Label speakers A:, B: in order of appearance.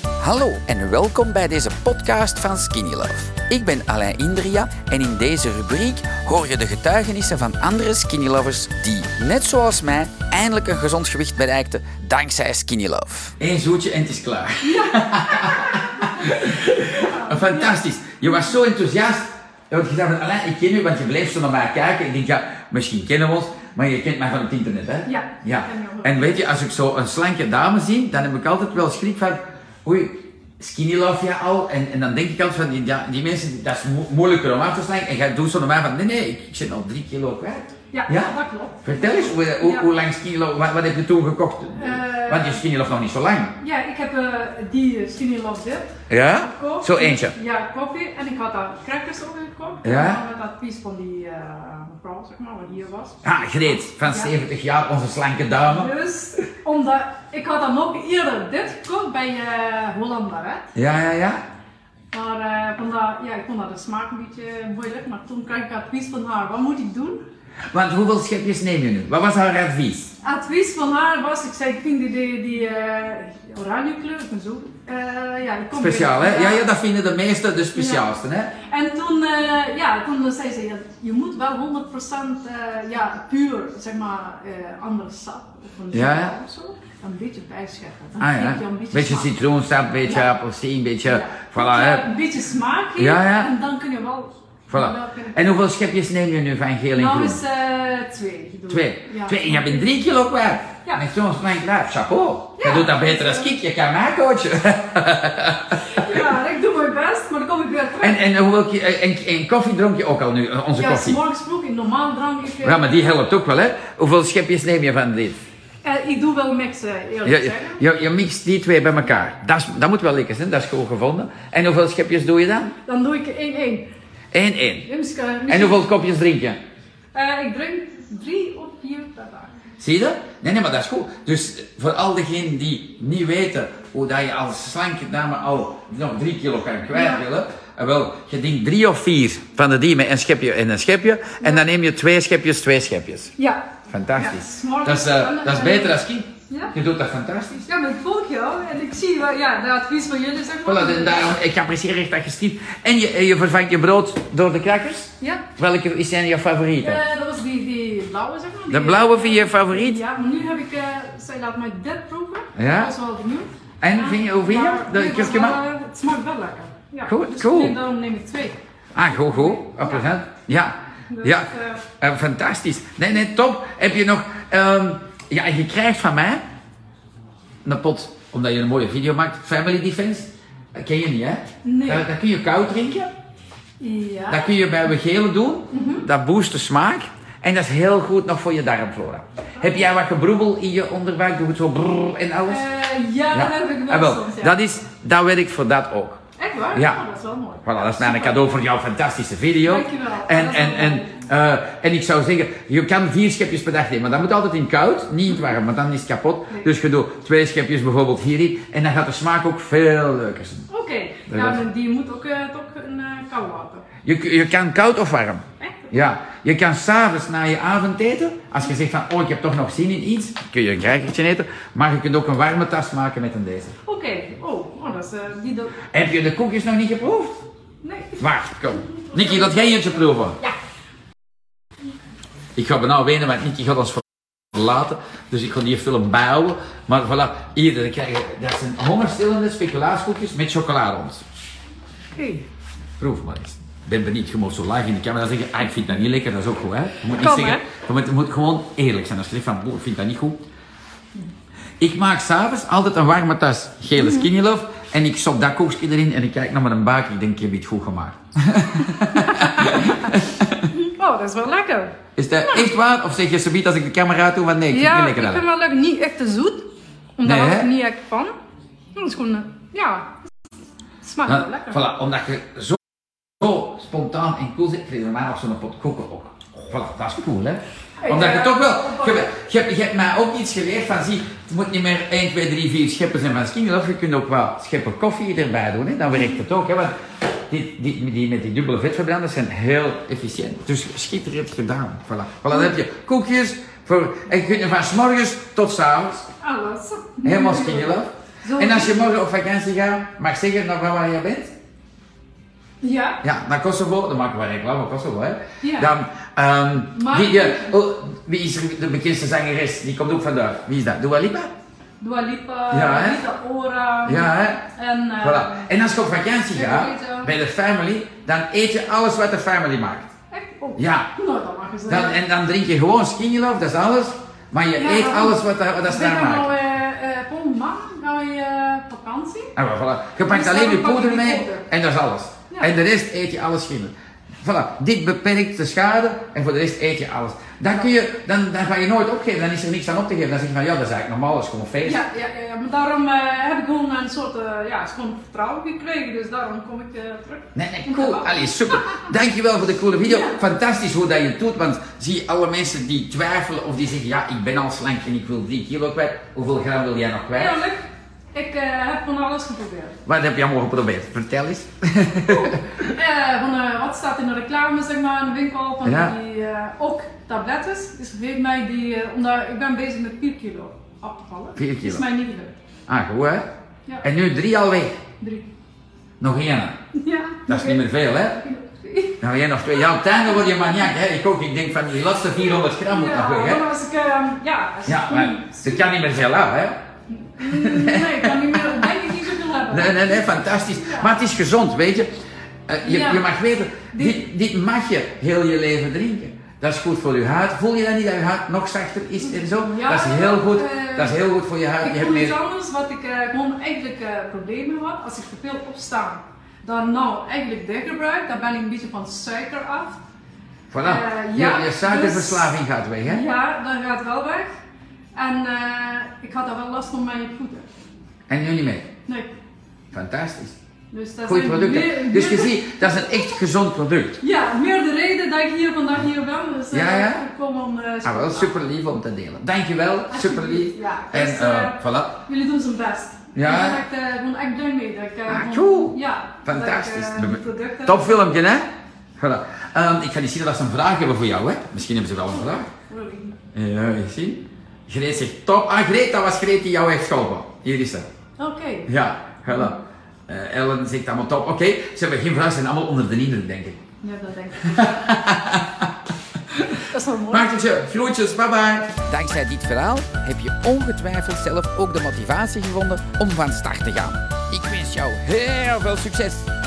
A: Hallo en welkom bij deze podcast van Skinny Love. Ik ben Alain Indria en in deze rubriek hoor je de getuigenissen van andere Skinny Lovers die, net zoals mij, eindelijk een gezond gewicht bereikten dankzij Skinny Love. Eén zoetje en het is klaar. Fantastisch. Je was zo enthousiast. Dat je dacht van, Alain, ik ken u, want je bleef zo naar mij kijken. Ik denk, ja, misschien kennen we ons, maar je kent mij van het internet, hè?
B: Ja,
A: ja.
B: ik ken je wel.
A: En weet je, als ik zo een slanke dame zie, dan heb ik altijd wel schrik van, oei, skinny love ja al. En, en dan denk ik altijd van, die, ja, die mensen, dat is mo- moeilijker om af te slanken. En jij doet zo naar mij van, nee, nee, ik, ik zit al drie kilo kwijt.
B: Ja, dat klopt.
A: Vertel eens, hoe, hoe,
B: Ja.
A: hoe lang skinny love, wat, wat heb je toen gekocht?
B: Eh,
A: Want je skinny love nog niet zo lang.
B: Ja, ik heb eh, die eh, Skinny Love Dip
A: Ja?
B: gekocht.
A: Zo eentje.
B: Ja, koffie. En ik had daar crackers op gekocht.
A: Ja.
B: En Met dat advies van die eh, mevrouw, zeg maar, wat hier was.
A: Ah, Greet, van
B: Ja.
A: 70 jaar, onze slanke dame.
B: Dus, omdat, ik had dan ook eerder dit gekocht bij eh Hollander, hè.
A: Ja, ja, ja.
B: Maar eh, vandaar, ja, ik vond dat de smaak een beetje moeilijk. Maar toen kreeg ik advies van haar, wat moet ik doen?
A: Want hoeveel schepjes neem je nu? Wat was haar advies?
B: advies van haar was, ik zei, ik vind die, die, die eh, oranje kleur, ik ben zo. eh, ja, die komt
A: Speciaal,
B: weer-
A: hè? Ja, ja, dat vinden de meesten de speciaalste, hè?
B: En toen, eh, ja, toen zei ze, ja, je moet wel 100% eh, ja, puur, zeg maar, eh andere sap. Of een
A: Ja,
B: sap
A: ja.
B: Of zo. Een beetje bijscheppen. Dan
A: Ah
B: geef
A: ja.
B: je een beetje,
A: Beetje
B: smaak.
A: citroensap, beetje
B: Ja.
A: appelsien, beetje.
B: Ja.
A: Voilà,
B: Ja,
A: hè?
B: Een beetje smaak geven
A: Ja, ja.
B: en dan kun je wel...
A: Voilà.
B: dan kun je-
A: En hoeveel schepjes neem je nu van geel en
B: Nou
A: groen?
B: is eh, twee. bedoel ik.
A: Twee.
B: Ja.
A: Twee. En je bent drie kilo kwijt.
B: Ja.
A: Met zo'n slank lijf. Chapeau.
B: Ja.
A: Je doet dat beter als ik. Je kan mij coachen.
B: Ja, ik doe mijn best, maar dan kom ik weer terug.
A: En, en, hoeveel, ki- en, en koffie dronk je ook al nu, Eh, onze
B: ja,
A: koffie.
B: s'morgens vroeg in normaal drank. Ik, eh,
A: Ja, maar die helpt ook wel, hè? Hoeveel schepjes neem je van dit?
B: Eh, ik doe wel mixen, eerlijk
A: Je, je,
B: zeggen.
A: je, je mixt die twee bij elkaar. Dat, is, dat moet wel lekker zijn, dat is goed gevonden. En hoeveel schepjes doe je dan?
B: Dan doe ik er één één.
A: Eén, één.
B: Ja, misschien-
A: En hoeveel kopjes drink je?
B: Eh, ik drink drie of vier per dag.
A: Zie je dat? Nee, nee, maar dat is goed. Dus eh, voor al diegenen die niet weten hoe dat je als slanke dame al nog drie kilo kan kwijt
B: Ja.
A: willen. eh, wel, je drinkt drie of vier van de diemen en schepje en een schepje. En dan neem je twee schepjes, twee schepjes.
B: Ja. Ja,
A: Fantastisch.
B: 's morgens
A: dat, is, eh,
B: en dan
A: dat is
B: ga je-
A: beter als kind.
B: Ja.
A: Je doet dat fantastisch.
B: Ja, maar ik volg jou en ik zie wel, ja, de advies van jullie zeg maar.
A: Voilà, en daarom, ik apprecieer echt dat je stief. En je, en je vervangt je brood door de crackers.
B: Ja.
A: Welke zijn je favorieten?
B: Eh, dat was die, die blauwe zeg maar.
A: de
B: die-
A: blauwe vind je favoriet?
B: Ja, maar nu heb ik, eh zij laat mij dit proeven.
A: Ja.
B: Dat was wel benieuwd.
A: En vind je, hoe vind je?
B: Maar
A: De
B: nee, het was
A: kurkuma?
B: wel, eh, Het smaakt wel lekker. Ja.
A: Goed,
B: dus
A: cool.
B: nee, daarom neem ik twee.
A: Ah, goed, goed. Appelzand. Ja.
B: Dus,
A: Ja.
B: eh,
A: Eh, fantastisch. Nee, nee, top. Heb je nog... ehm, ja, je krijgt van mij een pot, omdat je een mooie video maakt. Family Defense. Dat ken je niet, hè? Eh,
B: Nee.
A: Dat, dat kun je koud drinken.
B: Ja.
A: Dat kun je bij we gele doen.
B: Mhm.
A: Dat boost de smaak. En dat is heel goed nog voor je darmflora. Heb jij wat gebroebel in je onderbuik? Doe het zo brrr en alles?
B: Eh, ja, dat heb ik wel
A: Ah,
B: soms, ja.
A: Dat, is, dat werkt voor dat ook.
B: Echt waar?
A: Ja.
B: Oh, dat is wel mooi.
A: Voilà, dat is nou een
B: Super.
A: cadeau voor jouw fantastische video.
B: Dankjewel.
A: En,
B: Dat is
A: en,
B: wel
A: en,
B: mooi.
A: eh, en ik zou zeggen, je kan vier schepjes per dag nemen, maar dat moet altijd in koud, niet in het warm, want dan is het kapot.
B: Nee.
A: Dus je doet twee schepjes bijvoorbeeld hierin en dan gaat de smaak ook veel leuker zijn.
B: Oké,
A: Dat
B: ja,
A: was-
B: maar die moet ook eh, toch een eh kou laten.
A: Je, je kan koud of warm.
B: Echt?
A: Ja, je kan s'avonds na je avondeten, als je zegt van oh ik heb toch nog zin in iets, kun je een krijgertje eten, maar je kunt ook een warme tas maken met een deze.
B: Oké, oh, oh, dat is eh, die dat.
A: Heb je de koekjes nog niet geproefd?
B: Nee.
A: Wacht, kom. Nicky, laat jij eentje proeven.
B: Ja.
A: Ik ga benauw wenen, want Nicky gaat ons verlaten. Dus ik ga die film bijhouden. Maar voilà, hier, dan krijg je, dat zijn hongerstillende speculaaskoekjes met chocolade rond.
B: Hey.
A: Proef maar eens. Ik ben benieuwd, je moet zo laag in de camera zeggen, ah, ik vind dat niet lekker, dat is ook goed, hè. Je moet niet
B: Kom,
A: zeggen,
B: hè.
A: je moet, je moet gewoon eerlijk zijn. Als je zegt van, boe, ik vind dat niet goed. Ik maak s'avonds altijd een warme tas gele
B: Mhm.
A: skinny love. En ik stop dat koekje erin en ik kijk naar mijn buik. Ik denk, je hebt het goed gemaakt.
B: Oh, dat is wel lekker.
A: Is dat echt waar? Of zeg je subiet als ik de camera doe van nee, ik vind het
B: ja,
A: niet
B: ik
A: lekker
B: vind
A: aan.
B: wel lekker. Niet echt te zoet. Omdat
A: Nee,
B: daar was
A: hè?
B: ik niet echt van. Dat is gewoon, eh, ja. Het smaakt wel
A: Nou,
B: lekker.
A: voilà, omdat je zo, zo spontaan en cool zit, kreeg je mij nog zo'n pot koeken op. Voilà, dat is cool hè. Omdat je
B: eh,
A: toch wel, je, je, hebt- je hebt mij ook iets geleerd van zie, het moet niet meer 1, 2, 3, 4 scheppen zijn van skinny of je kunt ook wel scheppen koffie erbij doen hè, dan werkt het ook hè. Want die, die, die met die dubbele vetverbranders zijn heel efficiënt. Dus schitterend gedaan. Voilà. voilà dan heb je koekjes voor, en je kunt er van s morgens tot s avonds
B: Alles.
A: Helemaal skinny love.
B: Zo
A: En als je
B: is-
A: morgen op vakantie gaat, mag zeggen nog wel waar je bent?
B: Ja,
A: Ja, naar Kosovo, dan maken we reclame op Kosovo, hè?
B: Ja.
A: Dan, ehm,
B: Maar-
A: die, eh, oh, wie is er de bekendste zangeres? Die komt ook vandaag. Wie is dat? Dua Lipa?
B: Dua Lipa,
A: Ja, hè?
B: Rita Ora.
A: Ja, hè?
B: En, eh,
A: Voilà. En als je op vakantie
B: Ja,
A: gaat,
B: weet je.
A: bij de family, dan eet je alles wat de family maakt.
B: echt? Oh.
A: Ja.
B: Nou, dat mag eens.
A: Dan, en dan drink je gewoon skingeloof, dat is alles. Maar je
B: Ja,
A: eet
B: maar-
A: alles wat, dat- wat dat ze daar
B: gaan nou
A: maken.
B: eh, eh, volgende maand gaan we eh, op vakantie.
A: Ah, maar voilà. Je pakt
B: Dus
A: alleen
B: dan
A: je
B: pak je
A: poeder
B: die
A: mee
B: poeder.
A: en dat is alles.
B: Ja.
A: En de rest eet je alles schimmel. Voilà, dit beperkt de schade en voor de rest eet je alles. Dan, kun je, dan, dan ga je nooit opgeven, dan is er niks aan op te geven. Dan zeg je van ja, dat is eigenlijk normaal, dat is gewoon feest.
B: Ja, ja, ja, ja, maar daarom eh, heb ik gewoon een soort eh, ja, is gewoon vertrouwen gekregen, dus daarom kom ik eh, terug.
A: Nee, nee, cool. Allee, super. Dankjewel voor de coole video.
B: Ja.
A: Fantastisch hoe dat je het doet, want zie alle mensen die twijfelen of die zeggen ja, ik ben al slank en ik wil 3 kilo kwijt. Hoeveel gram wil jij nog kwijt?
B: Eerlijk, ik eh, heb van alles geprobeerd.
A: Wat heb je allemaal geprobeerd? Vertel eens.
B: Eh, van, eh, wat staat in de reclame, zeg maar, in de winkel, van
A: Ja.
B: die, eh, ook tabletten. Dus geef mij die, eh, omdat ik ben bezig met 4 kilo af te vallen.
A: Vier kilo.
B: Is mij niet gelukt.
A: Ah, goed hè?
B: Ja.
A: En nu drie al weg.
B: Drie.
A: Nog één.
B: Ja.
A: Dat is niet meer veel hè? Nou, één of twee. Ja, op het einde word je maniak hè. Ik ook. Ik denk van die laatste 400 gram moet nog weg
B: Ja, dan
A: hè.
B: was ik, eh, ja, als
A: Ja,
B: ik
A: maar
B: niet-
A: ze kan niet meer veel af hè.
B: Mm, Nee, ik kan niet meer, denk ik niet zoveel hebben.
A: Nee, nee, nee, fantastisch. Maar het is gezond, weet je. Eh, je,
B: Ja.
A: je mag weten, dit,
B: Dit-
A: dit mag je heel je leven drinken. Dat is goed voor je huid. Voel je dan niet dat je huid nog zachter is en zo?
B: Ja,
A: dat is heel goed.
B: eh,
A: dat is heel goed voor je huid.
B: Ik
A: Je
B: voel
A: hebt meer...
B: iets anders wat ik eh, gewoon eigenlijk eh, problemen had. Als ik te veel opsta, dan nou eigenlijk dit gebruik, dan ben ik een beetje van suiker af.
A: Voilà.
B: eh,
A: Je-
B: ja, dus-
A: je, suikerverslaving gaat weg, hè?
B: Ja, dat gaat wel weg. En eh, ik had daar wel last van mijn voeten.
A: En nu niet meer.
B: Nee.
A: Fantastisch.
B: Dus dat
A: Goed
B: zijn
A: product. hè?
B: meer-
A: Dus je
B: meer-
A: ziet, dat is een echt gezond product.
B: Ja, meer de reden dat ik hier vandaag hier ben. Dus eh,
A: Ja, ja.
B: ik kom om... eh, Ah,
A: Ah, wel super lief om te delen. Dankjewel, super lief.
B: Ja,
A: En
B: dus,
A: eh,
B: eh,
A: voilà.
B: Jullie doen zijn best.
A: Ja.
B: Ik ben echt, eh, gewoon echt blij mee. Dat ik, eh,
A: Ah,
B: gewoon-
A: cool.
B: Ja.
A: Fantastisch.
B: Dat ik, eh, die producten...
A: Top filmpje, hè? Voilà. Ehm, ik ga niet zien dat ze een vraag hebben voor jou, hè? Misschien hebben ze wel een vraag. Eh,
B: Really.
A: Ja, je ziet. Greet zegt top. Ah, Greet, dat was Greet die jou heeft geholpen. Hier is ze.
B: Oké.
A: Ja, voilà. Eh, Ellen zegt allemaal top. Oké, ze hebben geen vraag, ze zijn allemaal onder de indruk, denk ik.
B: Ja, dat denk ik. dat is wel mooi.
A: Maartje, groetjes, bye bye. Dankzij dit verhaal heb je ongetwijfeld zelf ook de motivatie gevonden om van start te gaan. Ik wens jou heel veel succes.